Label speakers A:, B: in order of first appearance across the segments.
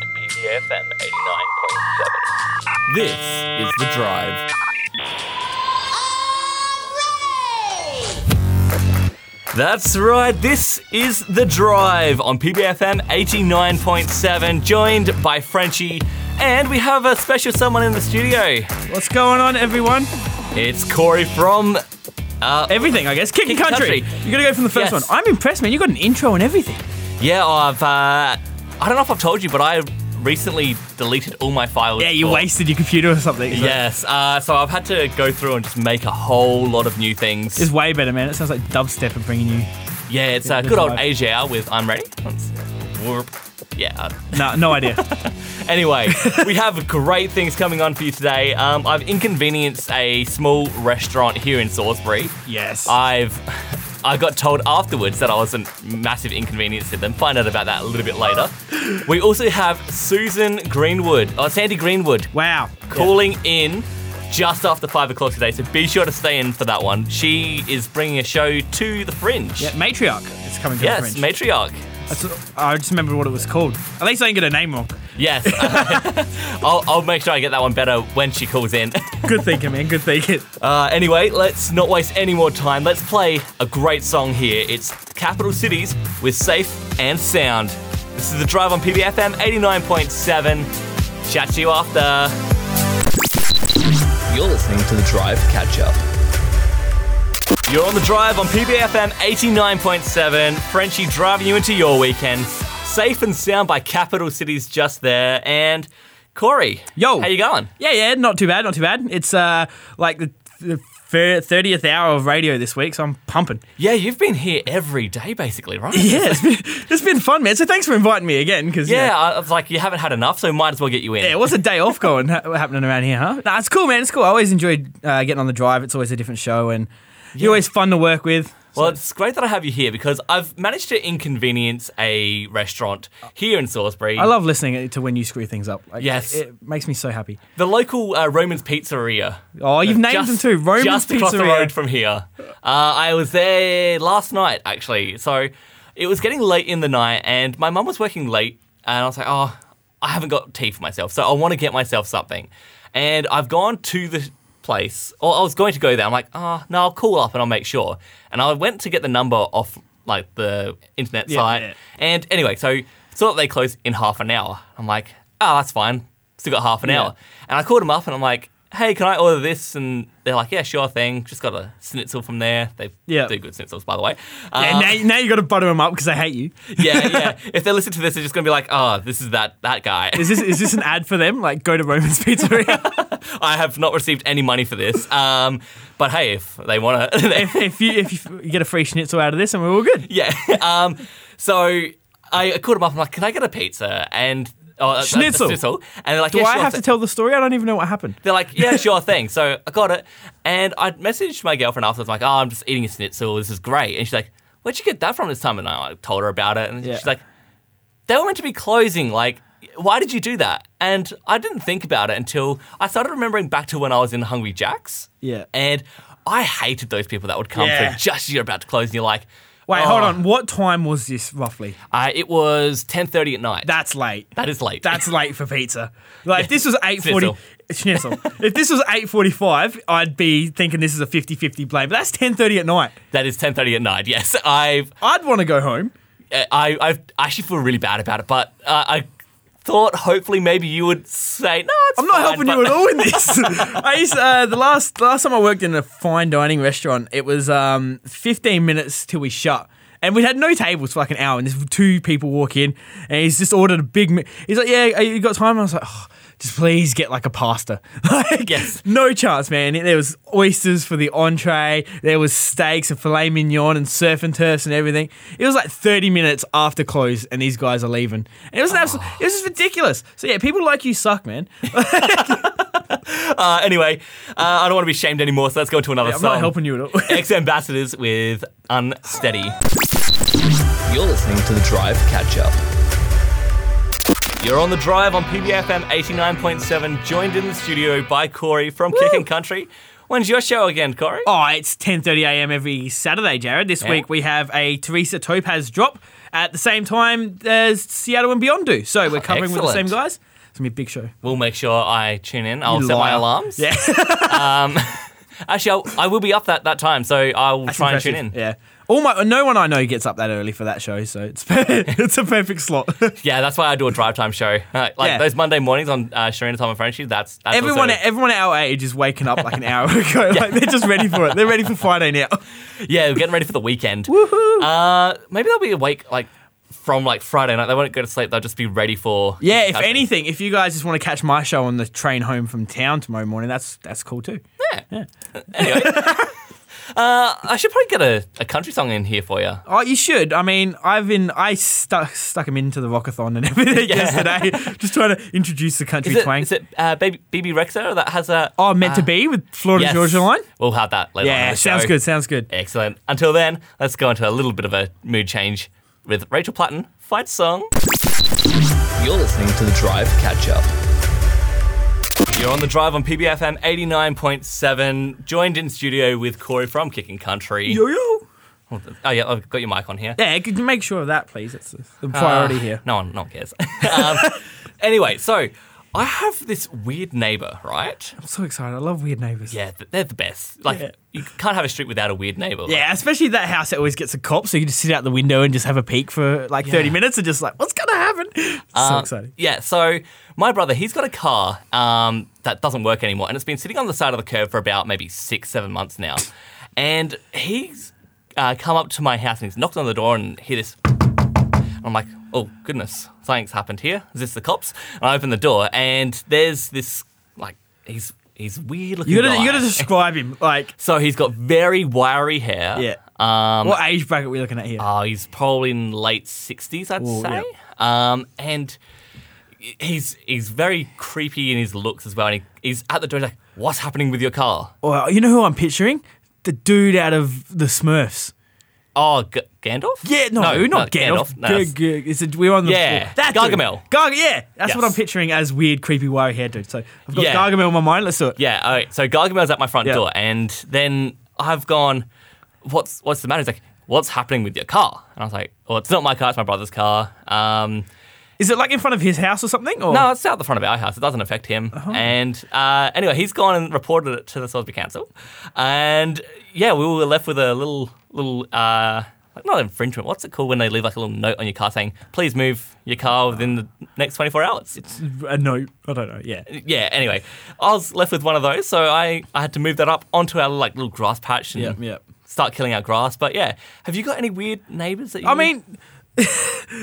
A: FM 89.7.
B: This is The Drive. That's right, this is The Drive on PBFM 89.7, joined by Frenchie, and we have a special someone in the studio.
C: What's going on, everyone?
B: It's Corey from.
C: Everything, I guess. Kick,
B: Kick
C: Uh, country.
B: country.
C: You gotta go from the first
B: Yes.
C: one. I'm impressed, man. You got an intro and everything.
B: Yeah, I've. Uh, I don't know if I've told you, but I recently deleted all my files.
C: Yeah, you
B: for-
C: wasted your computer or something. so-
B: Yes, uh, so I've had to go through and just make a whole lot of new things.
C: It's way better, man. It sounds like dubstep are bringing you.
B: Yeah, it's uh,
C: the
B: good old
C: vibe.
B: Asia Hour with I'm Ready. That's- whoop. Yeah.
C: No, no idea.
B: Anyway, we have great things coming on for you today. Um, I've inconvenienced a small restaurant here in Salisbury.
C: yes.
B: I've I got told afterwards that I was a massive inconvenience to them. Find out about that a little bit later. We also have Susan Greenwood, or Sandy Greenwood,
C: wow.
B: calling in just after five o'clock today. So be sure to stay in for that one. She is bringing a show to the Fringe.
C: Yeah, Matriarch. It's coming to
B: yes,
C: the French.
B: matriarch.
C: That's- I just remember what it was called. At least I didn't get a name wrong.
B: Yes. I'll, I'll make sure I get that one better when she calls in.
C: Good thinking, man. Good thinking.
B: Uh, anyway, let's not waste any more time. Let's play a great song here. It's Capital Cities with Safe and Sound. This is the drive on PBFM 89.7. Chat to you after. You're listening to the drive catch up. You're on the drive on PBFM 89.7. Frenchie driving you into your weekend. Safe and sound by Capital Cities just there. And Corey,
C: Yo.
B: how you going?
C: Yeah, yeah, not too bad, not too bad. It's uh like the, the fir- 30th hour of radio this week, so I'm pumping.
B: Yeah, you've been here every day basically, right?
C: Yeah, it's been, it's been fun, man. So thanks for inviting me again. Because
B: Yeah, I was like, you haven't had enough, so might as well get you in.
C: Yeah, what's a day off going ha- happening around here, huh? Nah, it's cool, man. It's cool. I always enjoyed uh, getting on the drive. It's always a different show, and you're always fun to work with.
B: well, it's great that I have you here because I've managed to inconvenience a restaurant here in Salisbury.
C: I love listening to when you screw things up. Like,
B: Yes.
C: it makes me so happy.
B: the local uh, Roman's Pizzeria.
C: Oh, you've named them too. Roman's
B: just across the
C: Pizzeria.
B: road from here. Uh, I was there last night actually, so it was getting late in the night, and my mum was working late, and I was like, oh, I haven't got tea for myself, so I want to get myself something, and I've gone to the place, or I was going to go there. I'm like, oh, no, I'll call up and I'll make sure, and I went to get the number off like the internet
C: Yeah,
B: site,
C: yeah.
B: and anyway, so saw that they close in half an hour. I'm like, oh, that's fine. Still got half an hour. And I called them up and I'm like, hey, can I order this? And they're like, yeah, sure thing. Just got a schnitzel from there. They
C: Yeah.
B: do good schnitzels, by the way.
C: Yeah,
B: Um,
C: now, now you got to butter them up because I hate you.
B: yeah, yeah. If they listen to this, they're just gonna be like, oh, this is that that guy.
C: Is this is this an ad for them? Like, go to Roman's Pizzeria.
B: I have not received any money for this. Um, but hey, if they want to,
C: if, if you if you get a free schnitzel out of this, and we're all good.
B: yeah. Um, so I called them up. I'm like, can I get a pizza and oh, a- a- a
C: Schnitzel.
B: schnitzel? And they're like,
C: Do
B: yeah,
C: I
B: sure
C: have
B: thing."
C: to tell the story? I don't even know what happened.
B: They're like, yeah, sure thing. So I got it. And I messaged my girlfriend afterwards, like, oh, I'm just eating a schnitzel. This is great. And she's like, where'd you get that from this time? And I like, told her about it. And
C: Yeah.
B: she's like, they were meant to be closing. Like, why did you do that? And I didn't think about it until I started remembering back to when I was in Hungry Jack's.
C: Yeah.
B: And I hated those people that would come
C: Yeah.
B: for just you're about to close and you're like,
C: Wait,
B: "Oh."
C: hold on. What time was this roughly?
B: Uh, it was 10.30 at night.
C: That's late.
B: that is late.
C: That's late for pizza. Like if this was eight forty.
B: Schnitzel.
C: Schnitzel. if this was eight forty-five, I'd be thinking this is a 50-50 blame. But that's ten thirty at night.
B: that is 10.30 at night. Yes. I've
C: I'd want to go home.
B: Uh, I, I I actually feel really bad about it, but uh, I thought hopefully maybe you would say no. It's
C: I'm not helping you at
B: all.
C: all in this. I used uh, the last last time I worked in a fine dining restaurant. It was um, fifteen minutes till we shut. And we had no tables for like an hour, and there's two people walk in, and he's just ordered a big. Mi- he's like, "Yeah, uh, you got time?" I was like, oh, "Just please get like a pasta." Like,
B: Yes.
C: no chance, man. There was oysters for the entree, there was steaks and filet mignon and surf and turfs and everything. It was like 30 minutes after close, and these guys are leaving. And it was an absolute, it was just ridiculous. So yeah, people like you suck, man.
B: Uh, anyway, uh, I don't want to be shamed anymore, so let's go into another
C: I'm
B: song.
C: not helping you at all.
B: Ex ambassadors with Unsteady. You're listening to the Drive Catch Up. You're on the drive on PBFM 89.7, joined in the studio by Corey from Kick and Country. When's your show again, Corey?
C: oh, it's 10:30 a.m. every Saturday, Jared. This week we have a Teresa Topaz drop at the same time as Seattle and Beyond do. So we're covering with the same
B: excellent.
C: guys. gonna be a big show.
B: We'll make sure I tune in. I'll
C: You
B: set my
C: liar.
B: alarms.
C: Yeah,
B: Actually, I'll, I will be up that, that time, so I'll try and tune in.
C: Yeah, all my no one I know gets up that early for that show, so it's it's a perfect slot.
B: Yeah, that's why I do a drive time show. like
C: Yeah.
B: those Monday mornings on uh, Sharina Time and Frenchie, that's, that's
C: everyone,
B: also-
C: everyone at our age is waking up like an hour ago. Like they're just ready for it. They're ready for Friday now.
B: yeah, we're getting ready for the weekend. Woohoo! Uh, maybe they'll be awake like from like Friday night. They won't go to sleep. They'll just be ready for
C: Yeah, if
B: Catch me.
C: anything, if you guys just want to catch my show on the train home from town tomorrow morning, that's that's cool too.
B: Anyway, uh, I should probably get a, a country song in here for you.
C: Oh, you should. I mean, I've been I stuck stuck him into the rockathon and everything
B: Yeah.
C: yesterday, just trying to introduce the country
B: Is it,
C: twang.
B: is it uh, Baby BB Rexer that has a?
C: oh, meant to be with Florida
B: yes.
C: Georgia Line.
B: We'll have that later. on in
C: Yeah,
B: the
C: sounds
B: show.
C: good. Sounds good.
B: Excellent. Until then, let's go into a little bit of a mood change with Rachel Platten fight song.
A: You're listening to the Drive Catch Up.
B: You're on the drive on PBFM 89.7, joined in studio with Corey from Kicking Country.
C: Yo yo.
B: Oh yeah, I've got your mic on here.
C: Yeah, could you make sure of that, please? It's the the priority
B: Uh,
C: here.
B: No one, no one cares. um, anyway, so I have this weird neighbor, right?
C: I'm so excited. I love weird neighbors.
B: Yeah, th- they're the best. Like
C: Yeah.
B: you can't have a street without a weird neighbor. Like,
C: Yeah, especially that house that always gets a cop, so you just sit out the window and just have a peek for like 30 minutes and just like, what's gonna happen? so
B: um,
C: exciting.
B: Yeah, so my brother, he's got a car um, that doesn't work anymore, and it's been sitting on the side of the curb for about maybe six, seven months now. And he's uh, come up to my house and he's knocked on the door and hear this. I'm like, oh goodness, something's happened here. Is this the cops? And I open the door and there's this like he's he's weird looking.
C: You gotta,
B: guy.
C: you gotta describe him. Like,
B: So he's got very wiry hair.
C: Yeah.
B: Um,
C: what age bracket are we looking at here?
B: Oh, he's probably in late sixties, I'd
C: Ooh,
B: say. Um, and he's he's very creepy in his looks as well. And he, he's at the door he's like, "What's happening with your car?"
C: Well, you know who I'm picturing? The dude out of the Smurfs.
B: Oh, G- Gandalf?
C: Yeah, no, not Gandalf.
B: No, that's-
C: G- G- it's a, we're on the
B: Yeah,
C: floor. that dude.
B: Gargamel.
C: Garg- yeah, that's what
B: Yes.
C: I'm picturing as weird, creepy, wiry hair dude. So I've got
B: Yeah.
C: Gargamel in my mind. Let's do it.
B: yeah. All right. So Gargamel's at my front
C: Yeah.
B: door, and then I've gone, "What's what's the matter?" He's like, "What's happening with your car?" And I was like, "Well, it's not my car. It's my brother's car." Um,
C: Is it like in front of his house or something? Or?
B: No, it's out the front of our house. It doesn't affect him.
C: Uh-huh.
B: And uh, anyway, he's gone and reported it to the Salisbury Council. And yeah, we were left with a little, little, uh, like not infringement. What's it called when they leave like a little note on your car saying, "Please move your car within the next 24 hours."
C: Uh, no, I don't know. Yeah.
B: yeah. Anyway, I was left with one of those, so I, I had to move that up onto our like little grass patch and
C: Yep, yep.
B: start killing our grass. But yeah, have you got any weird neighbours that you?
C: I mean,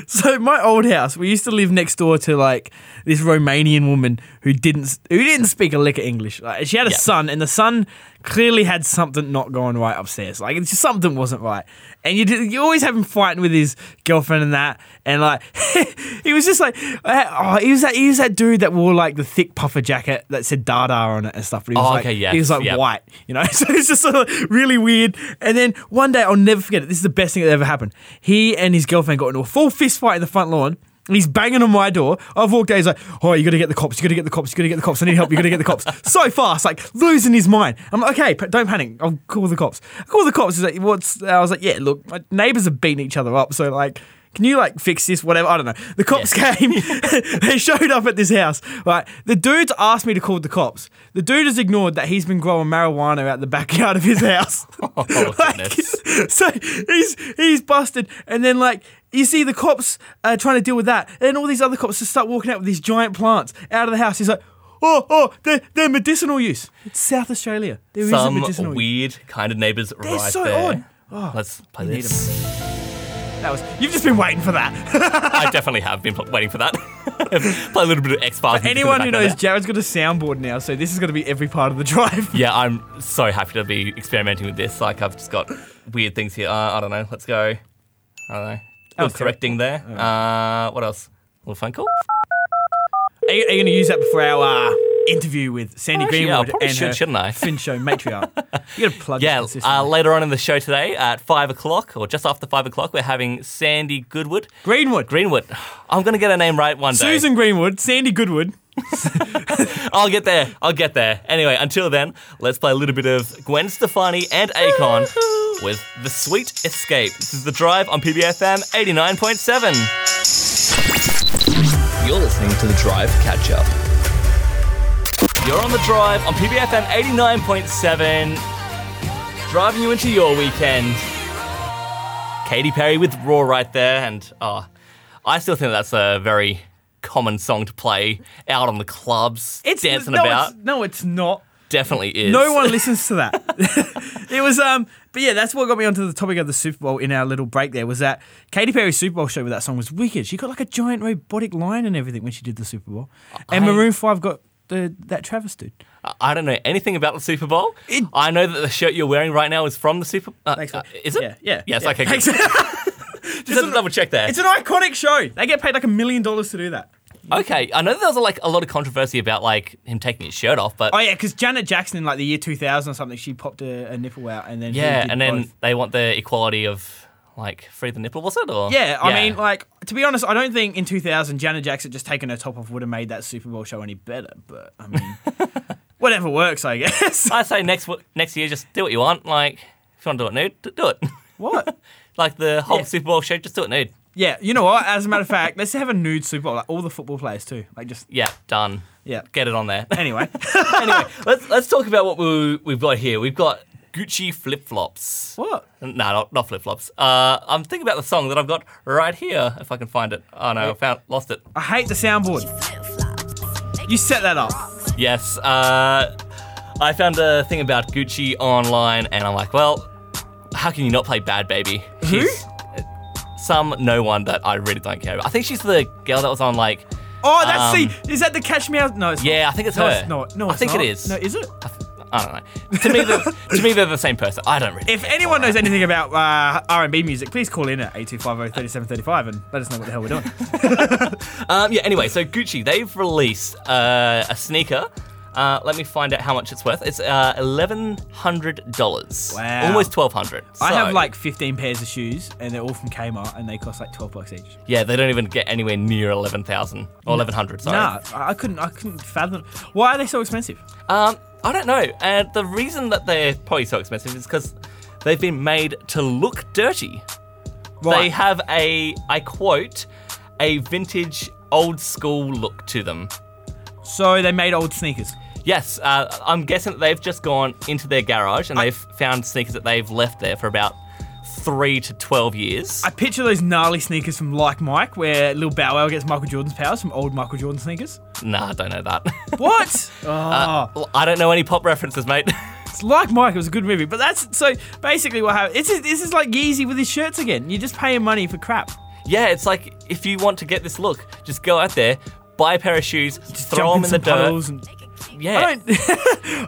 C: so my old house, we used to live next door to like this Romanian woman who didn't who didn't speak a lick of English. Like she had a
B: Yeah.
C: son, and the son clearly had something not going right upstairs. Like it's just something wasn't right, and you did, you always have him fighting with his girlfriend and that, and like he was just like oh he was that he was that dude that wore like the thick puffer jacket that said Dada on it and stuff. But he was
B: Oh,
C: like
B: okay, yes,
C: he was like
B: yep.
C: white, you know. So it's just sort of really weird. And then one day I'll never forget it. This is the best thing that ever happened. He and his girlfriend got into a full fist fight in the front lawn. And he's banging on my door. I've walked out. He's like, "Oh, you got to get the cops. You got to get the cops. You got to get the cops. I need help. You got to get the cops." so fast, like losing his mind. I'm like, "Okay, pa- don't panic. I'll call the cops." I call the cops. He's like, "What's?" I was like, "Yeah, look, my neighbors are beating each other up. So like, can you like fix this? Whatever. I don't know. The cops came. they showed up at this house. Right. The dude's asked me to call the cops. The dude has ignored that he's been growing marijuana out the backyard of his house. Like,
B: Oh, goodness.
C: so he's he's busted, and then like. You see the cops uh, trying to deal with that, and then all these other cops just start walking out with these giant plants out of the house. He's like, "Oh, oh, they're, they're medicinal use. It's South Australia. There is a
B: some
C: medicinal use."
B: weird kind of neighbours right
C: so
B: there.
C: odd. Oh,
B: Let's play
C: you need
B: this.
C: That was you've just been waiting for that.
B: I definitely have been pl- waiting for that. Play a little bit of X Files.
C: Anyone who knows Jared's got a soundboard now, so this is going to be every part of the drive.
B: Yeah, I'm so happy to be experimenting with this. Like, I've just got weird things here. Uh, I don't know. Let's go. I don't know. A
C: Okay.
B: little correcting there. Uh, what else? A little phone call?
C: Are you, going to use that before our uh, interview with Sandy
B: Actually, yeah, I
C: Greenwood
B: probably
C: and
B: should,
C: her
B: shouldn't I?
C: Finn Show matriarch? you got to plug
B: Yeah, uh,
C: this consistently.
B: later on in the show today at 5 o'clock, or just after 5 o'clock, we're having Sandy Goodwood.
C: Greenwood,
B: Greenwood. I'm going to get her name right one day.
C: Susan Greenwood, Sandy Goodwood.
B: I'll get there. I'll get there. Anyway, until then, let's play a little bit of Gwen Stefani and Akon with The Sweet Escape. This is The Drive on PBFM 89.7.
A: You're listening to the Drive Catch Up.
B: You're on the drive on PBFM 89.7, driving you into your weekend. Katy Perry with Raw right there, and oh, I still think that's a very common song to play out on the clubs, dancing
C: no,
B: about.
C: It's, no, it's not.
B: Definitely is.
C: No one listens to that. it was um, but yeah, that's what got me onto the topic of the Super Bowl in our little break. There was that Katy Perry's Super Bowl show with that song was wicked. She got like a giant robotic lion and everything when she did the Super Bowl, and
B: I-
C: Maroon Five got the that Travis dude.
B: I don't know anything about the Super Bowl. I know that the shirt you're wearing right now is from the Super. Uh,
C: Thanks,
B: uh,
C: mate.
B: is it?
C: Yeah, yeah,
B: Yes.
C: yeah.
B: Okay. Good.
C: Thanks.
B: Just had to double check there.
C: It's an iconic show. They get paid like a million dollars to do that.
B: Okay. I know that there was like a lot of controversy about like him taking his shirt off, but
C: Oh yeah, because Janet Jackson in like the year two thousand or something, she popped a, a nipple out, and then he
B: yeah,
C: did
B: and then
C: both.
B: they want the equality of like free the nipple, was it? Or
C: Yeah, I mean, like to be honest, I don't think in 2000 Janet Jackson just taking her top off would have made that Super Bowl show any better. But I mean, whatever works, I guess.
B: I say next w- next year, just do what you want. Like if you want to do it nude, d- do it.
C: what?
B: like the whole
C: Yeah.
B: Super Bowl show, just do it nude.
C: Yeah, you know what? As a matter of fact, let's have a nude Super Bowl, like all the football players too. Like just
B: Yeah, done.
C: yeah.
B: Get it on there.
C: Anyway,
B: anyway, let's let's talk about what we we've got here. We've got Gucci flip flops.
C: what?
B: No, not, not flip flops. Uh, I'm thinking about the song that I've got right here. If I can find it. Oh no, I found lost it.
C: I hate the soundboard. You set that up.
B: Yes. Uh, I found a thing about Gucci online, and I'm like, well, how can you not play Bad Baby? She's some no one that I really don't care about. I think she's the girl that was on like.
C: Oh, that's
B: Um,
C: the. Is that the Catch Me Out? No, it's
B: Yeah, I think it's
C: not. No,
B: her.
C: it's not. No,
B: I
C: it's
B: think
C: not.
B: it is.
C: No, is it?
B: I don't know. To me, they're, to me, they're the same person. I don't really.
C: If anyone knows anything about uh, R&B music, please call in at oh, 8250-3735 and let us know what the hell we're doing.
B: Um, yeah, anyway, so Gucci, they've released uh, a sneaker. Uh, let me find out how much it's worth. It's uh, $1,100.
C: Wow.
B: Almost 1200
C: I
B: So,
C: have like 15 pairs of shoes, and they're all from Kmart, and they cost like 12 bucks each.
B: Yeah, they don't even get anywhere near 11000 or 1100 sorry.
C: Nah, I I couldn't, I couldn't fathom. Why are they so expensive?
B: Um, I don't know. And the reason that they're probably so expensive is because they've been made to look dirty. They have a, I quote, a vintage old school look to them.
C: so they made old sneakers.
B: Yes, uh, I'm guessing that they've just gone into their garage and they've found sneakers that they've left there for about three to 12 years.
C: I picture those gnarly sneakers from Like Mike, where Lil Bow Wow gets Michael Jordan's powers from old Michael Jordan sneakers.
B: nah, I don't know that.
C: What? oh,
B: Well, I don't know any pop references, mate.
C: it's Like Mike. It was a good movie, but that's so basically what happened. It's this is like Yeezy with his shirts again. You're just paying money for crap.
B: yeah, it's like if you want to get this look, just go out there, buy a pair of shoes, throw
C: Jump
B: them in the
C: some
B: dirt.
C: puddles and-
B: Yeah,
C: I don't.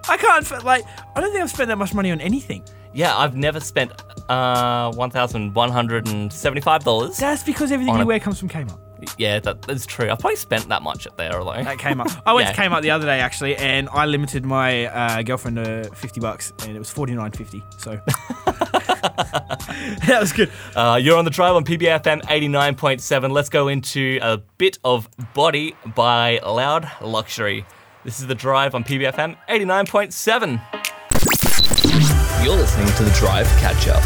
C: I can't. fa- Like, I don't think I've spent that much money on anything.
B: yeah, I've never spent uh, $1,175.
C: That's because everything
B: On
C: you
B: a-
C: wear comes from Kmart.
B: Yeah, that, that's true. I've probably spent that much up there alone.
C: At Kmart. I went
B: Yeah.
C: to Kmart the other day actually, and I limited my uh, girlfriend to fifty bucks, and it was forty nine fifty. So that was good.
B: Uh, you're on the drive on PBFM 89.7. Let's go into a bit of Body by Loud Luxury. This is the drive on PBFM 89.7.
A: You're listening to the Drive Catch Up.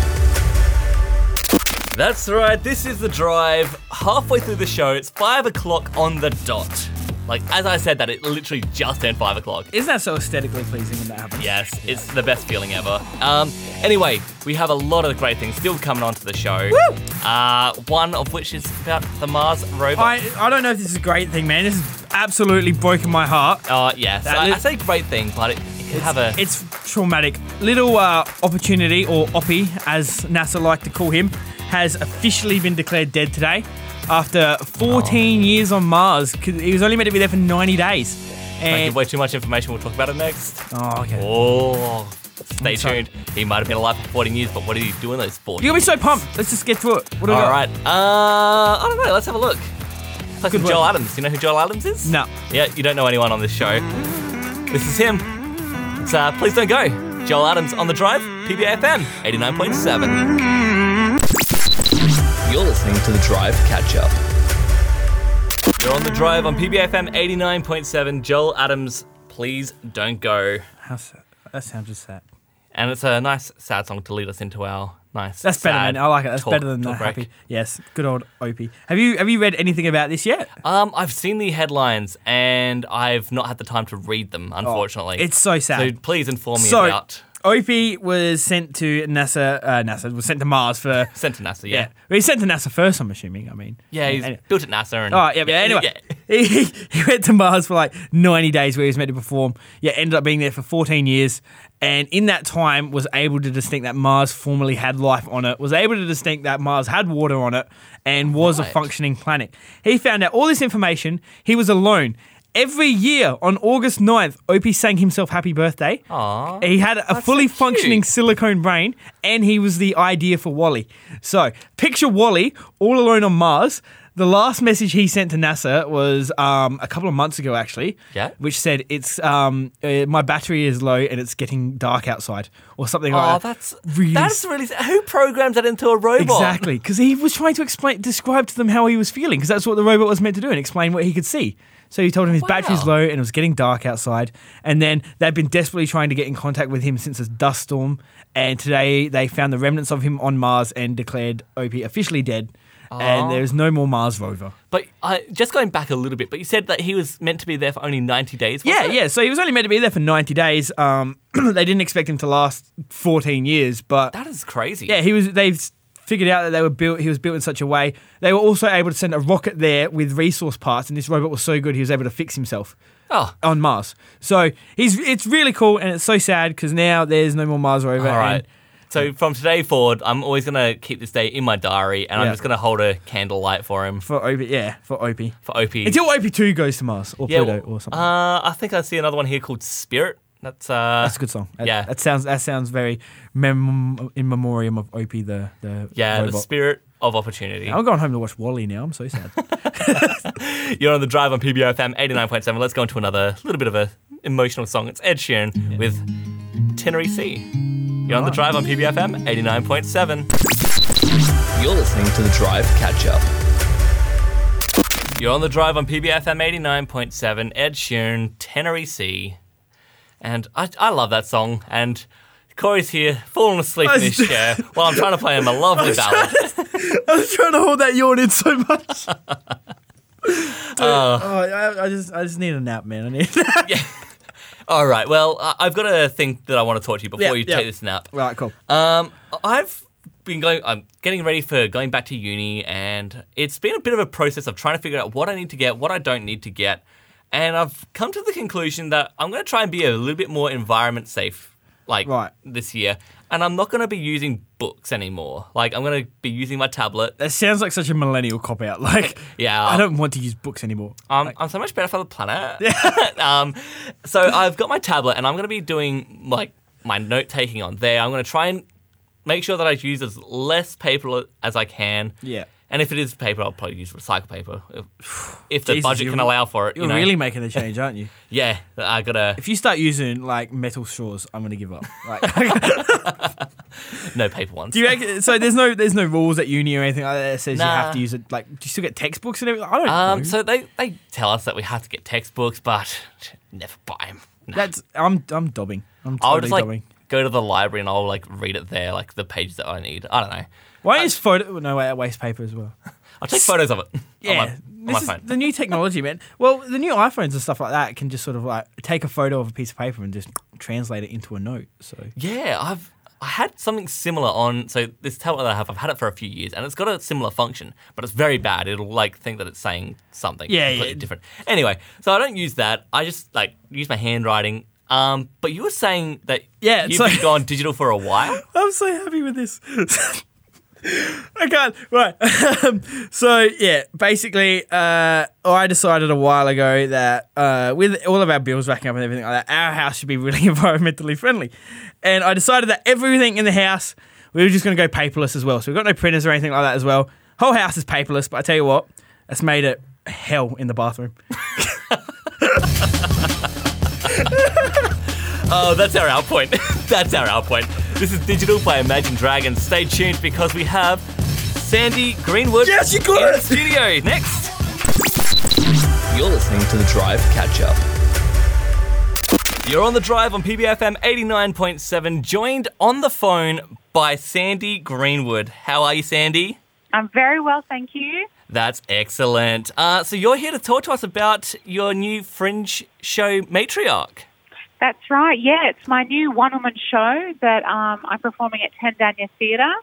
B: That's right, this is the drive. Halfway through the show, it's 5 o'clock on the dot. Like, as I said that, it literally just turned 5 o'clock.
C: Isn't that so aesthetically pleasing when that happens?
B: Yes, it's the best feeling ever. Um, anyway, we have a lot of great things still coming onto the show.
C: Woo!
B: Uh, one of which is about the Mars rover.
C: I, I don't know if this is a great thing, man. This has absolutely broken my heart.
B: Uh, yes,
C: That
B: I,
C: li-
B: I say great thing, but it, it can have a.
C: It's traumatic. Little uh, opportunity, or Oppie, as NASA like to call him, has officially been declared dead today after 14
B: Oh.
C: years on Mars. 'Cause He was only meant to be there for 90 days.
B: Don't
C: And
B: give away too much information. We'll talk about it next.
C: oh, okay.
B: Oh, stay
C: I'm sorry.
B: tuned. He might have been alive for 14 years, but what did he do in those 14?
C: You're gonna be so pumped. Let's just get to it. What do we
B: All
C: got?
B: right. Uh, I don't know. Let's have a look. It's like
C: Good
B: some Joel
C: work.
B: Adams. You know who Joel Adams is?
C: No.
B: Yeah, you don't know anyone on this show. This is him. It's uh, Please Don't Go. Joel Adams on the drive, PBFM 89.7.
A: You're listening to the Drive Catch Up.
B: You're on the drive on PBFM 89.7. Joel Adams, Please Don't Go.
C: How sad. That sounds just sad.
B: And it's a nice, sad song to lead us into our Nice.
C: That's better
B: sad,
C: than I like it. That's
B: talk-
C: better than the
B: talk break.
C: happy. Yes, good old Opie. Have you have you read anything about this yet?
B: Um, I've seen the headlines and I've not had the time to read them, unfortunately.
C: Oh, it's so sad.
B: So please inform me
C: so
B: about
C: Opie was sent to NASA. Uh, NASA was sent to Mars for.
B: Sentinasa,
C: Yeah,
B: yeah.
C: Well, he's sent to NASA first. I'm assuming. I mean,
B: Yeah, he's
C: Anyway.
B: built at NASA and
C: All right, yeah, but anyway, He, he went to Mars for like 90 days where he was meant to perform. Yeah, ended up being there for 14 years. And in that time was able to distinct that Mars formerly had life on it, was able to distinct that Mars had water on it, and was a
B: Right.
C: functioning planet. He found out all this information. He was alone. Every year on August 9th, Opie sang himself happy birthday.
B: Aw.
C: He had a
B: so
C: fully
B: cute.
C: functioning silicone brain, and he was the idea for Wally. So picture Wally all alone on Mars. The last message he sent to NASA was um, a couple of months ago, actually.
B: Yeah.
C: Which said it's um, uh, my battery is low and it's getting dark outside, or something
B: Oh,
C: like that.
B: that's really that's really who programs that into a robot?
C: Exactly, because he was trying to explain, describe to them how he was feeling, because that's what the robot was meant to do and explain what he could see. So he told him his battery's
B: Wow.
C: low and it was getting dark outside. And then they'd been desperately trying to get in contact with him since this dust storm. And today they found the remnants of him on Mars and declared Opie officially dead. And there is no more Mars rover.
B: But I, just going back a little bit, but you said that he was meant to be there for only ninety days.
C: Yeah,
B: wasn't it?
C: yeah. So he was only meant to be there for 90 days. Um, they didn't expect him to last 14 years, but
B: That is crazy.
C: Yeah, he was. They've figured out that they were built. He was built in such a way. They were also able to send a rocket there with resource parts, and this robot was so good he was able to fix himself
B: Oh.
C: on Mars. So he's. It's really cool, and it's so sad because now there's no more Mars rover.
B: All right.
C: and-
B: So from today forward, I'm always gonna keep this day in my diary, and I'm
C: Yeah.
B: just gonna hold a candlelight for him
C: for Opie, yeah, for Opie.
B: for Opie.
C: Until Opie two goes to Mars or
B: yeah,
C: Pluto or something.
B: Uh, I think I see another one here called Spirit. That's uh,
C: That's a good song. That,
B: yeah.
C: that sounds that sounds very mem- in memoriam of Opie the the
B: Yeah, the
C: robot.
B: Spirit of Opportunity.
C: I'm going home to watch Wally now. I'm so sad.
B: You're on the drive on PBFM 89.7. Let's go into another little bit of a emotional song. It's Ed Sheeran with Tenerife. Sea. You're on the drive on PBFM 89.7.
A: You're listening to the Drive Catch Up.
B: You're on the drive on PBFM 89.7. Ed Sheeran, Tenerife. Sea. And I, I love that song. And Corey's here, falling asleep in his
C: was-
B: chair while I'm trying to play him a lovely ballad.
C: I was trying to hold that yawn in so much.
B: Uh.
C: oh, I, I just, I just need a nap, man. I need.
B: All right. Well, I- I've got a thing that I want to talk to you before
C: Yeah,
B: you
C: yeah.
B: take this nap.
C: right, cool.
B: Um, I've been going. I'm getting ready for going back to uni, and it's been a bit of a process of trying to figure out what I need to get, what I don't need to get, and I've come to the conclusion that I'm going to try and be a little bit more environment safe, like
C: Right.
B: this year. And I'm not going to be using books anymore. Like I'm going to be using my tablet.
C: That sounds like such a millennial cop out. Like,
B: Yeah.
C: I don't want to use books anymore.
B: Um, I'm so much better for the planet. um, so I've got my tablet, and I'm going to be doing like my note taking on there. I'm going to try and make sure that I use as less paper as I can.
C: Yeah.
B: And if it is paper, I'll probably use recycled paper if, if the
C: Jesus,
B: budget
C: you-
B: can allow for it.
C: You're
B: You know?
C: really making a change, aren't you?
B: Yeah, I gotta
C: If you start using like metal straws, I'm gonna give up. Like,
B: no paper ones.
C: do you reckon, so there's no, there's no rules at uni or anything like that, that says you
B: Nah.
C: have to use it. Like, do you still get textbooks and everything? I don't know.
B: um, so they they tell us that we have to get textbooks, but never buy them.
C: That's, I'm, I'm dobbing. I'm
B: I'll
C: totally
B: just like
C: dobbing.
B: go to the library and I'll like read it there, like the pages that I need. I don't know.
C: Why is photo? No, wait, I waste paper as well.
B: I'll take photos of it. on my,
C: Yeah,
B: on my
C: this is
B: phone.
C: the new technology, man. Well, the new iPhones and stuff like that can just sort of like take a photo of a piece of paper and just translate it into a note. So
B: Yeah, I've I had something similar on. So this tablet that I have, I've had it for a few years, and it's got a similar function, but it's very bad. It'll like think that it's saying something
C: Yeah,
B: completely
C: yeah.
B: different. Anyway, so I don't use that. I just like use my handwriting. Um, but you were saying that
C: Yeah,
B: you've
C: so-
B: been gone digital for a while.
C: I'm so happy with this. I can't. Right. Um, so yeah, basically, uh, I decided a while ago that uh, with all of our bills racking up and everything like that, our house should be really environmentally friendly, and I decided that everything in the house we were just going to go paperless as well. So we've got no printers or anything like that as well. Whole house is paperless, but I tell you what, that's made it hell in the bathroom.
B: Oh, that's our out point. that's our out point. This is digital by Imagine Dragons. Stay tuned because we have Sandy Greenwood
C: Yes, you got
B: in the
C: it!
B: studio next.
A: You're listening to the Drive Catch Up.
B: You're on the drive on PBFM 89.7, joined on the phone by Sandy Greenwood. How are you, Sandy?
D: I'm very well, thank you.
B: That's excellent. Uh, so you're here to talk to us about your new Fringe show, Matriarch.
D: That's right. Yeah, it's my new one-woman show that um, I'm performing at Tendanya Theatre.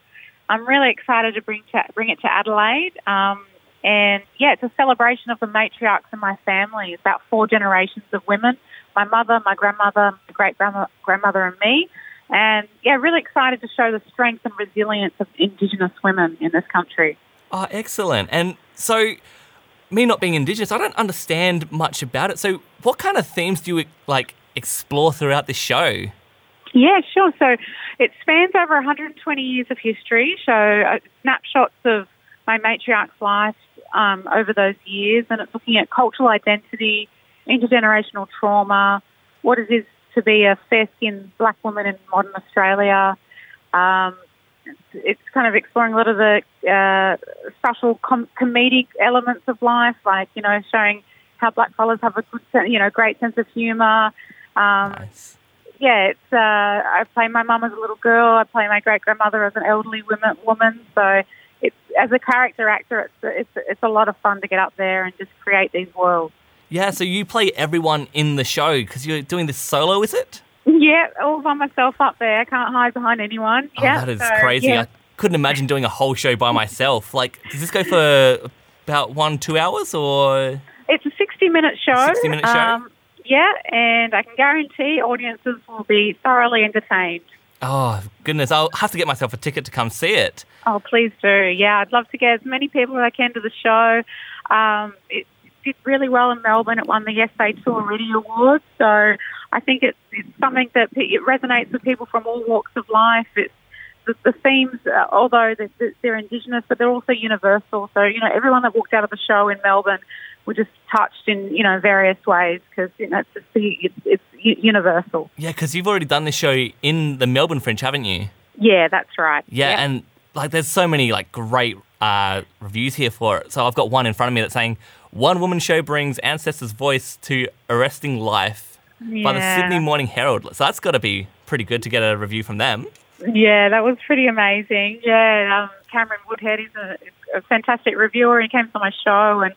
D: I'm really excited to bring to bring it to Adelaide. Um, and yeah, it's a celebration of the matriarchs in my family. It's about four generations of women: my mother, my grandmother, my great grandmother, and me. And yeah, really excited to show the strength and resilience of Indigenous women in this country.
B: Oh, excellent. And so, me not being Indigenous, I don't understand much about it. So, what kind of themes do you like explore throughout the show?
D: Yeah, sure. So it spans over 120 years of history. So uh, snapshots of my matriarch's life um, over those years, and it's looking at cultural identity, intergenerational trauma, what it is to be a fair-skinned black woman in modern Australia. Um, it's kind of exploring a lot of the uh, subtle com- comedic elements of life, like you know, showing how black fellas have a good, sen- you know, great sense of humour. Um,
B: Nice.
D: yeah, it's. Uh, I play my mum as a little girl. I play my great grandmother as an elderly woman. Woman, so it's as a character actor, it's it's it's a lot of fun to get up there and just create these worlds.
B: Yeah, so you play everyone in the show because you're doing this solo, is it?
D: Yeah, all by myself up there. I can't hide behind anyone.
B: Oh,
D: yeah,
B: that is
D: so,
B: crazy.
D: yeah.
B: I couldn't imagine doing a whole show by myself. Like, does this go for about one, two hours or?
D: It's a 60 minute show. Um,
B: 60 minute show?
D: yeah, and I can guarantee audiences will be thoroughly entertained.
B: Oh, goodness. I'll have to get myself a ticket to come see it.
D: Oh, please do. Yeah, I'd love to get as many people as I can to the show. Um, it did really well in Melbourne. It won the Yes They Tour Ready Award. So I think it's, it's something that pe- it resonates with people from all walks of life. It's the, the themes, uh, although they're, they're Indigenous, but they're also universal. So, you know, everyone that walked out of the show in Melbourne were just touched in, you know, various ways because, you know, it's, just the, it's, it's u- universal.
B: Yeah, because you've already done this show in the Melbourne Fringe, haven't you?
D: Yeah, that's right.
B: Yeah,
D: Yep.
B: and like there's so many like great uh, reviews here for it. So I've got one in front of me that's saying one woman show brings ancestors' voice to arresting life by the
D: Yeah.
B: Sydney Morning Herald. So that's got to be pretty good to get a review from them.
D: Yeah, that was pretty amazing. Yeah, um, Cameron Woodhead is a, a fantastic reviewer. He came to my show, and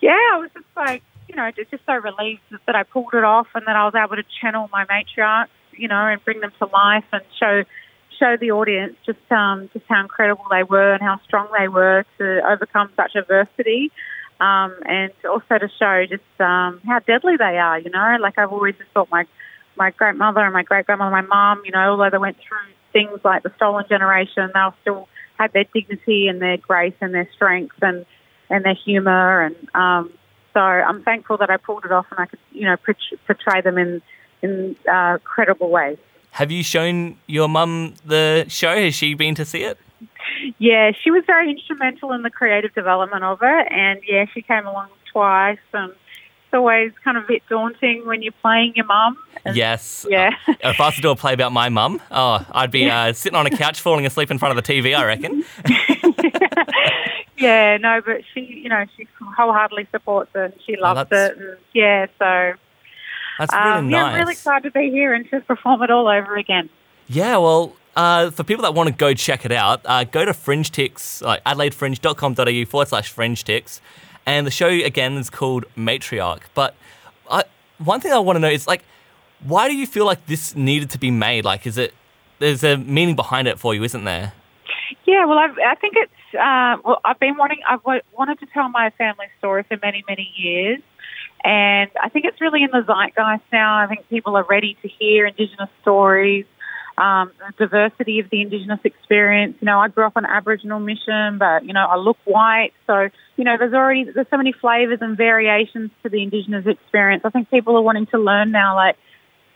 D: yeah, I was just like, you know, just, just so relieved that I pulled it off, and that I was able to channel my matriarchs, you know, and bring them to life and show show the audience just um, just how incredible they were and how strong they were to overcome such adversity. Um, and also to show just um, how deadly they are, you know. Like I've always just thought my my grandmother and my great grandmother, my mom, you know, although they went through things like the stolen generation, they still had their dignity and their grace and their strength and, and their humour. And um, so I'm thankful that I pulled it off and I could, you know, portray- portray them in, in uh, credible ways.
B: Have you shown your mum the show? Has she been to see it?
D: Yeah, she was very instrumental in the creative development of it, and yeah, she came along twice. And it's always kind of a bit daunting when you're playing your mum. And-
B: Yes.
D: Yeah.
B: Uh, if I was to do a play about my mum, oh, I'd be uh, sitting on a couch falling asleep in front of the TV, I reckon.
D: Yeah, no, but she, you know, she wholeheartedly supports it. and She loves
B: Oh, that's-
D: it. And yeah, so
B: That's really
D: um, yeah,
B: nice.
D: I'm really excited to be here and to perform it all over again.
B: Yeah, well, uh, for people that want to go check it out, uh, go to Fringe Ticks, like adelaidefringe.com.au forward slash Fringe Ticks. And the show, again, is called Matriarch. But I, one thing I want to know is, like, why do you feel like this needed to be made? Like, is it, there's a meaning behind it for you, isn't there?
D: Yeah, well, I've, I think it's uh, well, I've been wanting, I've w- wanted to tell my family story for many, many years, and I think it's really in the zeitgeist now. I think people are ready to hear Indigenous stories, um, the diversity of the Indigenous experience. You know, I grew up on Aboriginal mission, but you know, I look white, so you know, there's already there's so many flavors and variations to the Indigenous experience. I think people are wanting to learn now, like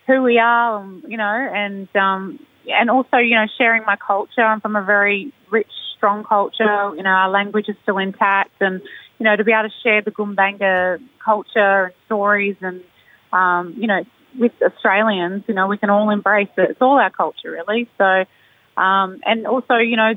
D: who we are, um, you know, and um, and also you know sharing my culture. I'm from a very rich, strong culture. You know, our language is still intact, and you know to be able to share the Goombanga culture and stories, and um, you know with Australians, you know we can all embrace it. It's all our culture, really. So. Um, and also, you know,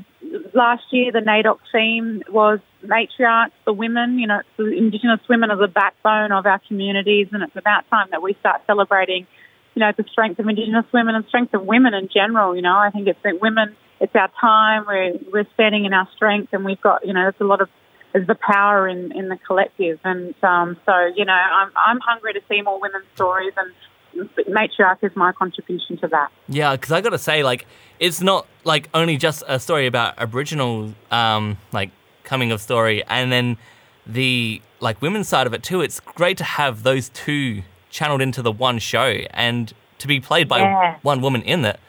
D: last year the NAIDOC theme was matriarchs, the women, you know, it's the Indigenous women are the backbone of our communities and it's about time that we start celebrating you know, the strength of Indigenous women and strength of women in general. You know, I think it's that women it's our time. We're we're standing in our strength, and we've got you know there's a lot of there's the power in in the collective, and um, so you know I'm I'm hungry to see more women's stories, and matriarch is my contribution to that.
B: Yeah, because I gotta say, like, it's not like only just a story about Aboriginal, um, like coming of story, and then the like women's side of it too. It's great to have those two channeled into the one show and to be played by
D: Yeah.
B: one woman in it,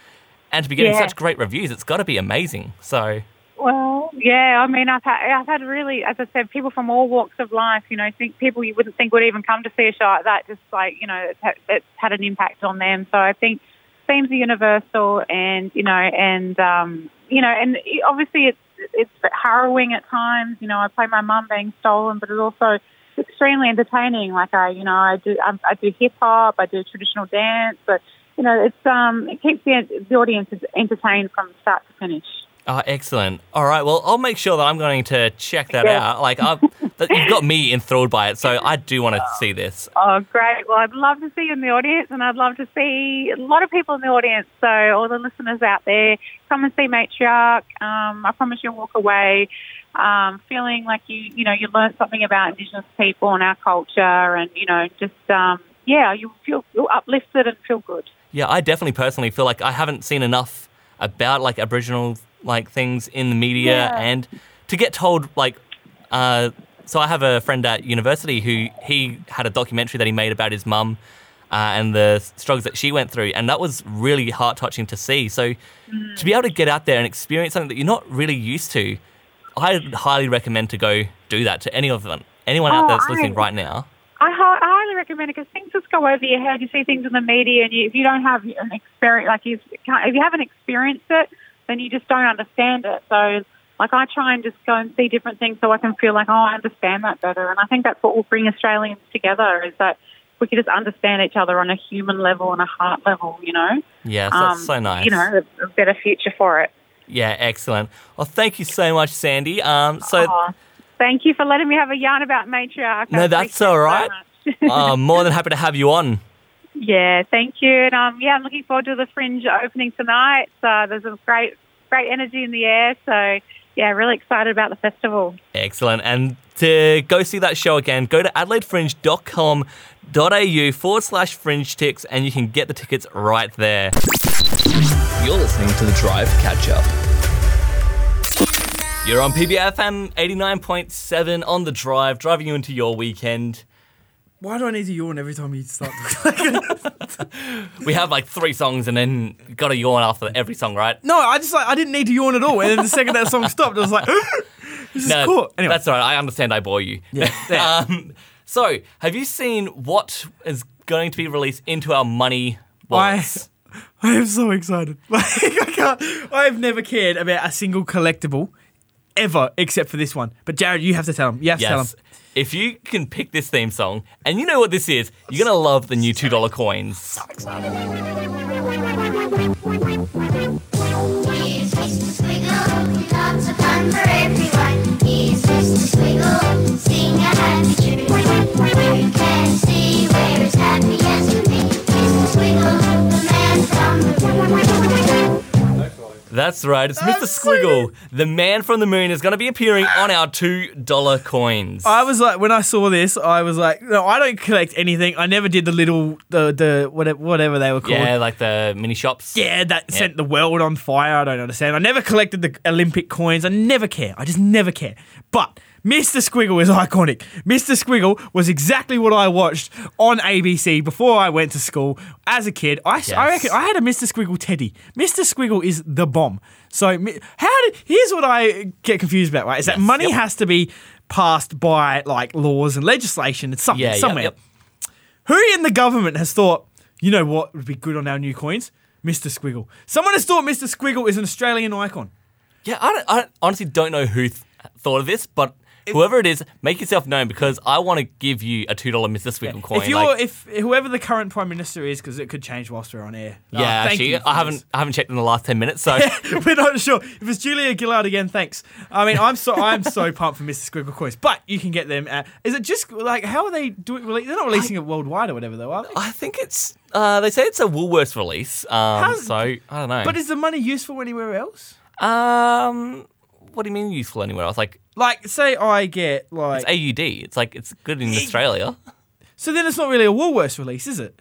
B: and to be getting
D: Yeah.
B: such great reviews. It's got to be amazing. So
D: Well, yeah, I mean, I've had, I've had really, as I said, people from all walks of life, you know, think people you wouldn't think would even come to see a show like that, just like, you know, it's had, it's had an impact on them. So I think themes are universal and, you know, and, um, you know, and it- obviously it's, it's harrowing at times. You know, I play my mum being stolen, but it's also extremely entertaining. Like I, you know, I do, um, I, I do hip hop, I do traditional dance, but, you know, it's, um, it keeps the, the audience entertained from start to finish.
B: Oh, excellent. All right. Well, I'll make sure that I'm going to check that
D: Yeah.
B: out. Like, I've, that you've got me enthralled by it, so I do want to see this.
D: Oh, great. Well, I'd love to see you in the audience, and I'd love to see a lot of people in the audience. So, all the listeners out there, come and see Matriarch. Um, I promise you'll walk away um, feeling like you, you know, you learned something about Indigenous people and our culture, and, you know, just, um, yeah, you'll feel you'll uplifted and feel good.
B: Yeah, I definitely personally feel like I haven't seen enough about like Aboriginal like things in the media,
D: Yeah.
B: and to get told like, uh, so I have a friend at university who he had a documentary that he made about his mum uh, and the struggles that she went through, and that was really heart touching to see. So
D: Mm.
B: to be able to get out there and experience something that you're not really used to, I highly recommend to go do that to any of them, anyone out
D: Oh,
B: there that's listening
D: I-
B: right now.
D: I, hi- I highly recommend it because things just go over your head. You see things in the media, and you, if you don't have an experience, like you can't, if you haven't experienced it, then you just don't understand it. So, like I try and just go and see different things so I can feel like, oh, I understand that better. And I think that's what will bring Australians together is that we can just understand each other on a human level and a heart level. You know,
B: Yeah, so that's so nice.
D: um, You know, a, a better future for it.
B: Yeah, excellent. Well, thank you so much, Sandy. Um, so,
D: Aw, Oh, thank you for letting me have a yarn about matriarch. I
B: No, that's
D: appreciate it so
B: all right.
D: much.
B: uh, more than happy to have you on.
D: Yeah, thank you. And um, yeah, I'm looking forward to the Fringe opening tonight. So there's a great, great energy in the air. So yeah, really excited about the festival.
B: Excellent. And to go see that show again, go to adelaidefringe.com.au forward slash fringe ticks and you can get the tickets right there.
A: You're listening to the Drive Catch Up.
B: You're on PBFM 89.7 on the drive, driving you into your weekend.
C: Why do I need to yawn every time you start talking?
B: We have like three songs and then got to yawn after every song, right?
C: no, I just like I didn't need to yawn at all. And then the second that song stopped, I was like, this is cool. Anyway,
B: that's all right. I understand I bore you.
C: yeah.
B: Um, so, have you seen what is going to be released into our money wallets?
C: I am so excited. Like I can't. I've never cared about a single collectible ever, except for this one. But Jared, you have to tell him. You have to tell him.
B: Yes. If you can pick this theme song and you know what this is, you're going to love the new $2 coins.
E: Here's Mr. Squiggle, lots of fun for everyone. Here's Mr. Squiggle, sing a happy tune. You can see we're as happy as can be. Mr. Squiggle, the man from the moon.
B: That's right. It's Mr. Squiggle, the man from the moon, is going to be appearing on our $2 coins.
C: I was like, when I saw this, I was like, no, I don't collect anything. I never did the little, the the whatever, whatever they were called.
B: yeah, like the mini shops.
C: Yeah, that sent the world on fire. I don't understand. I never collected the Olympic coins. I never care. I just never care. But Mr. Squiggle is iconic. Mr. Squiggle was exactly what I watched on ABC before I went to school as a kid. I, I reckon I had a Mr. Squiggle teddy. Mr. Squiggle is the bomb. So mi- how did? Here's what I get confused about. Right, is that money has to be passed by like laws and legislation and something
B: Yeah, yep,
C: somewhere.
B: yep.
C: Who in the government has thought, you know what would be good on our new coins? Mr. Squiggle. Someone has thought Mr. Squiggle is an Australian icon.
B: Yeah, I, don't, I don't- honestly don't know who th- thought of this, but whoever it is, make yourself known because I want to give you a $2 Mr. Squiggle coin.
C: if you're,
B: like-
C: if whoever the current prime minister is, because it could change whilst we're on air.
B: yeah,
C: Uh, thank
B: actually,
C: you for
B: I haven't I haven't checked in the last 10 minutes, so
C: this. we're not sure. If it's Julia Gillard again, thanks. I mean, I'm so I'm so pumped for Mr. Squiggle coins, but you can get them at. Is it just like how are they doing? rele- They're not releasing it worldwide or whatever, though, are they?
B: I think it's uh, they say it's a Woolworths release. Um,
C: How's-
B: so I don't know.
C: But is the money useful anywhere else?
B: Um, what do you mean useful anywhere else? Like
C: Like, say I get like,
B: it's AUD. It's like it's good in Australia.
C: so then it's not really a Woolworths release, is it?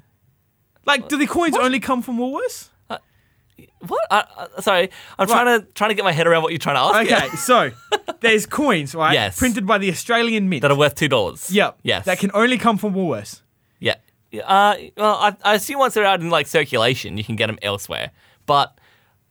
C: Like, do the coins only come from Woolworths?
B: What? I, I, sorry, I'm trying to trying to get my head around what you're trying to ask.
C: Okay, so there's coins, right?
B: Oh, Yes.
C: Printed by the Australian Mint.
B: that are worth two dollars.
C: Yep.
B: Yes.
C: That can only come from Woolworths.
B: Yeah. Yeah, Uh, well, I, I assume once they're out in like circulation, you can get them elsewhere. But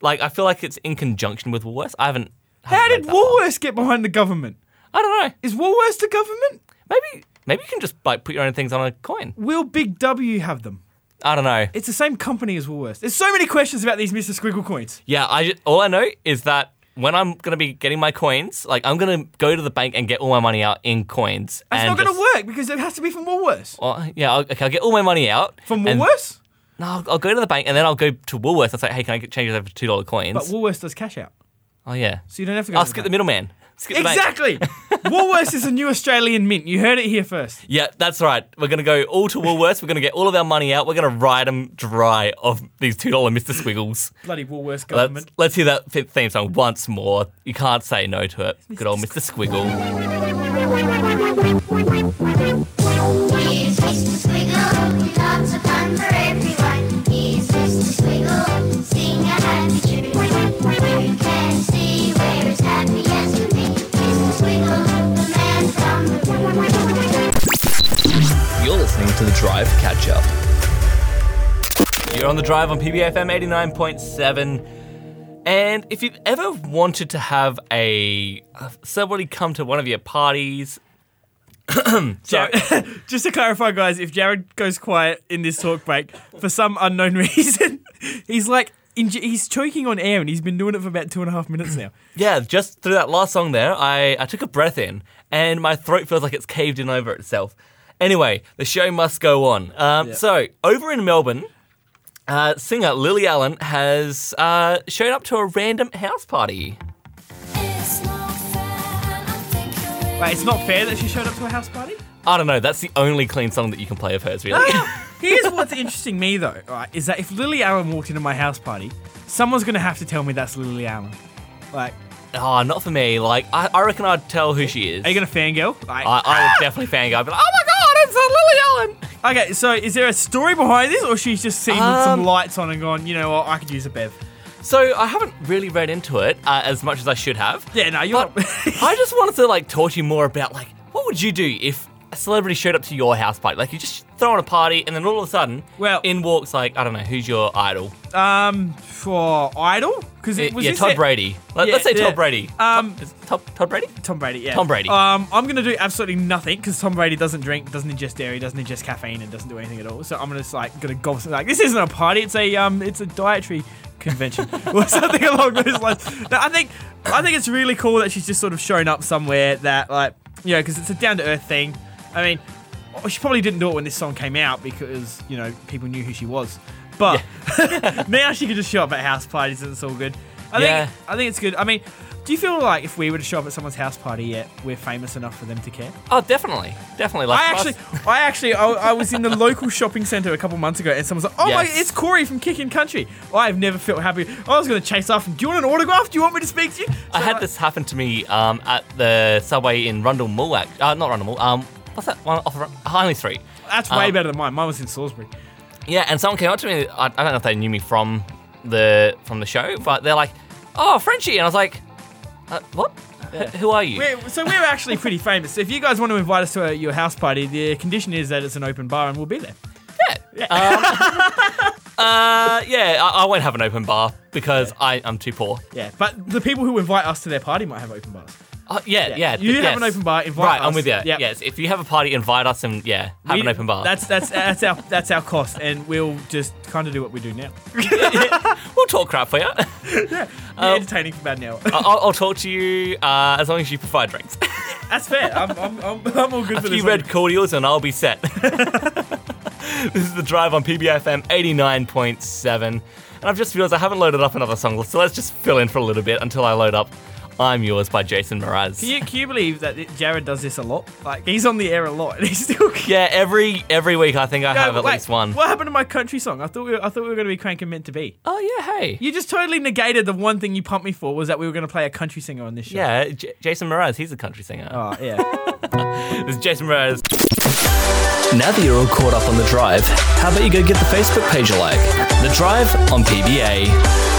B: like, I feel like it's in conjunction with Woolworths. I haven't.
C: How
B: haven't
C: did
B: read that one.
C: Woolworths get behind the government?
B: I don't know.
C: Is Woolworths the government?
B: Maybe maybe you can just like put your own things on a coin.
C: Will Big W have them?
B: I don't know.
C: It's the same company as Woolworths. There's so many questions about these Mr. Squiggle coins.
B: Yeah, I ju- all I know is that when I'm gonna be getting my coins, like I'm gonna go to the bank and get all my money out in coins.
C: That's
B: and
C: not going
B: just-
C: to work because it has to be from Woolworths.
B: Oh, yeah, I'll, okay, I'll get all my money out
C: From
B: and-
C: Woolworths?
B: No, I'll, I'll go to the bank and then I'll go to Woolworths. I'll say, hey, can I get change over two dollar coins?
C: But Woolworths does cash out,
B: oh yeah,
C: so you don't have to go.
B: I'll
C: to
B: skip
C: the
B: the
C: bank.
B: middleman. Skip the bank.
C: Exactly. Woolworths is a new Australian mint. You heard it here first.
B: Yeah, that's right. We're going to go all to Woolworths. We're going to get all of our money out. We're going to ride them dry of these $2 Mr. Squiggles.
C: Bloody Woolworths
B: Let's,
C: government.
B: let's hear that fi- theme song once more. You can't say no to it. Good old Mr. Squiggle.
E: Here's Mr. Squiggle, he loves a fun for everyone. Here's Mr. Squiggle, sing a happy tune. You can see we're as happy as can be. Mr. Squiggle, the man from the moon.
A: You're listening to the Drive Catch Up.
B: You're on the drive on PBFM 89.7. And if you've ever wanted to have a uh, somebody come to one of your parties,
C: Jared, just to clarify, guys, if Jared goes quiet in this talk break for some unknown reason, he's like in, he's choking on air, and he's been doing it for about two and a half minutes now.
B: yeah, just through that last song there, I, I took a breath in and my throat feels like it's caved in over itself. Anyway, the show must go on. Um, So, over in Melbourne, uh, singer Lily Allen has uh, shown up to a random house party.
C: Wait, it's not fair that she showed up to a house party.
B: I don't know, that's the only clean song that you can play of hers, really.
C: Ah! Here's what's interesting me though, right, is that if Lily Allen walked into my house party, someone's gonna have to tell me that's Lily Allen. Like,
B: oh, not for me. Like, I, I reckon I'd tell who she is.
C: are you gonna fangirl? Like,
B: I, I would definitely fangirl. I'd be like, oh my god, it's uh, Lily Allen.
C: okay, so is there a story behind this, or she's just seen some
B: Um,
C: lights on and gone, you know what, I could use a bev.
B: So I haven't really read into it uh, as much as I should have.
C: Yeah, no, you're.
B: But I just wanted to like talk to you more about like what would you do if a celebrity showed up to your house party? Like you just throwing a party and then all of a sudden,
C: Well-
B: in walks like I don't know who's your idol?
C: not um, for Idol, because it
B: Uh,
C: was
B: yeah,
C: this
B: Todd
C: it-
B: Brady. Let,
C: Yeah,
B: us say
C: yeah.
B: Todd Brady.
C: Um,
B: Todd, is it Todd, Todd Brady.
C: Tom Brady, yeah.
B: Tom Brady.
C: Um, I'm gonna do absolutely nothing because Tom Brady doesn't drink, doesn't ingest dairy, doesn't ingest caffeine, and doesn't do anything at all. So I'm gonna just like gonna gobble something like this isn't a party, it's a um, it's a dietary convention or something along those lines. No, I think I think it's really cool that she's just sort of shown up somewhere that like you know because it's a down to earth thing. I mean, oh, she probably didn't do it when this song came out because you know people knew who she was, but now she can just show up at house parties and it's all good. I
B: Yeah.
C: think I think it's good. I mean, do you feel like if we were to show up at someone's house party yet, we're famous enough for them to care?
B: Oh, definitely, definitely. Like
C: I actually, I actually, I, I was in the local shopping centre a couple months ago, and someone's like, "Oh
B: Yes.
C: my, it's Corey from Kickin' Country." I've never felt happy. I was going to chase after him. Do you want an autograph? Do you want me to speak to you?
B: I
C: So,
B: had
C: like,
B: this happen to me um, at the subway in Rundle Mall. act- Uh, not Rundle Mall. Um, what's that one off of Run- Hindley Street?
C: uh, That's way
B: um,
C: better than mine. Mine was in Salisbury.
B: Yeah, and someone came up to me. I, I don't know if they knew me from the from the show, but they're like, "Oh, Frenchie," and I was like, uh, "What? Wh- Who are you?"
C: We're, so we're actually pretty famous. So if you guys want to invite us to uh your house party, the condition is that it's an open bar, and we'll be there.
B: Uh, yeah, I, I won't have an open bar because I, I'm too poor.
C: Yeah, but the people who invite us to their party might have open bars.
B: Uh, yeah, yeah,
C: You
B: th-
C: have an
B: yes.
C: open bar, invite
B: right, I'm
C: us.
B: with you.
C: Yep.
B: Yes, if you have a party, invite us and yeah, have
C: We-
B: an open bar.
C: That's that's that's our that's our cost, and we'll just kind of do what we do now.
B: we'll talk crap for you. I- Um,
C: Be entertaining for about an hour.
B: I'll, I'll talk to you uh, as long as you provide drinks.
C: That's fair. I'm, I'm, I'm, I'm all good for
B: a
C: this.
B: few red cordials and I'll be set. this is the drive on PBFM 89.7. And I've just realised I haven't loaded up another song, so let's just fill in for a little bit until I load up I'm Yours by Jason Mraz.
C: Can you, can you believe that it- Jared does this a lot? Like he's on the air a lot, and he's still.
B: Yeah, every every week I think I have at
C: Wait,
B: least one.
C: What happened to my country song? I thought we were, I thought we were going to be cranking meant to be.
B: Oh yeah, hey.
C: You just totally negated the one thing you pumped me for was that we were going to play a country singer on this show.
B: Yeah, J- Jason Mraz, he's a country singer.
C: Oh, yeah.
B: This is Jason Mraz.
A: Now that you're all caught up on the drive, how about you go get the Facebook page a like? The Drive on PBA.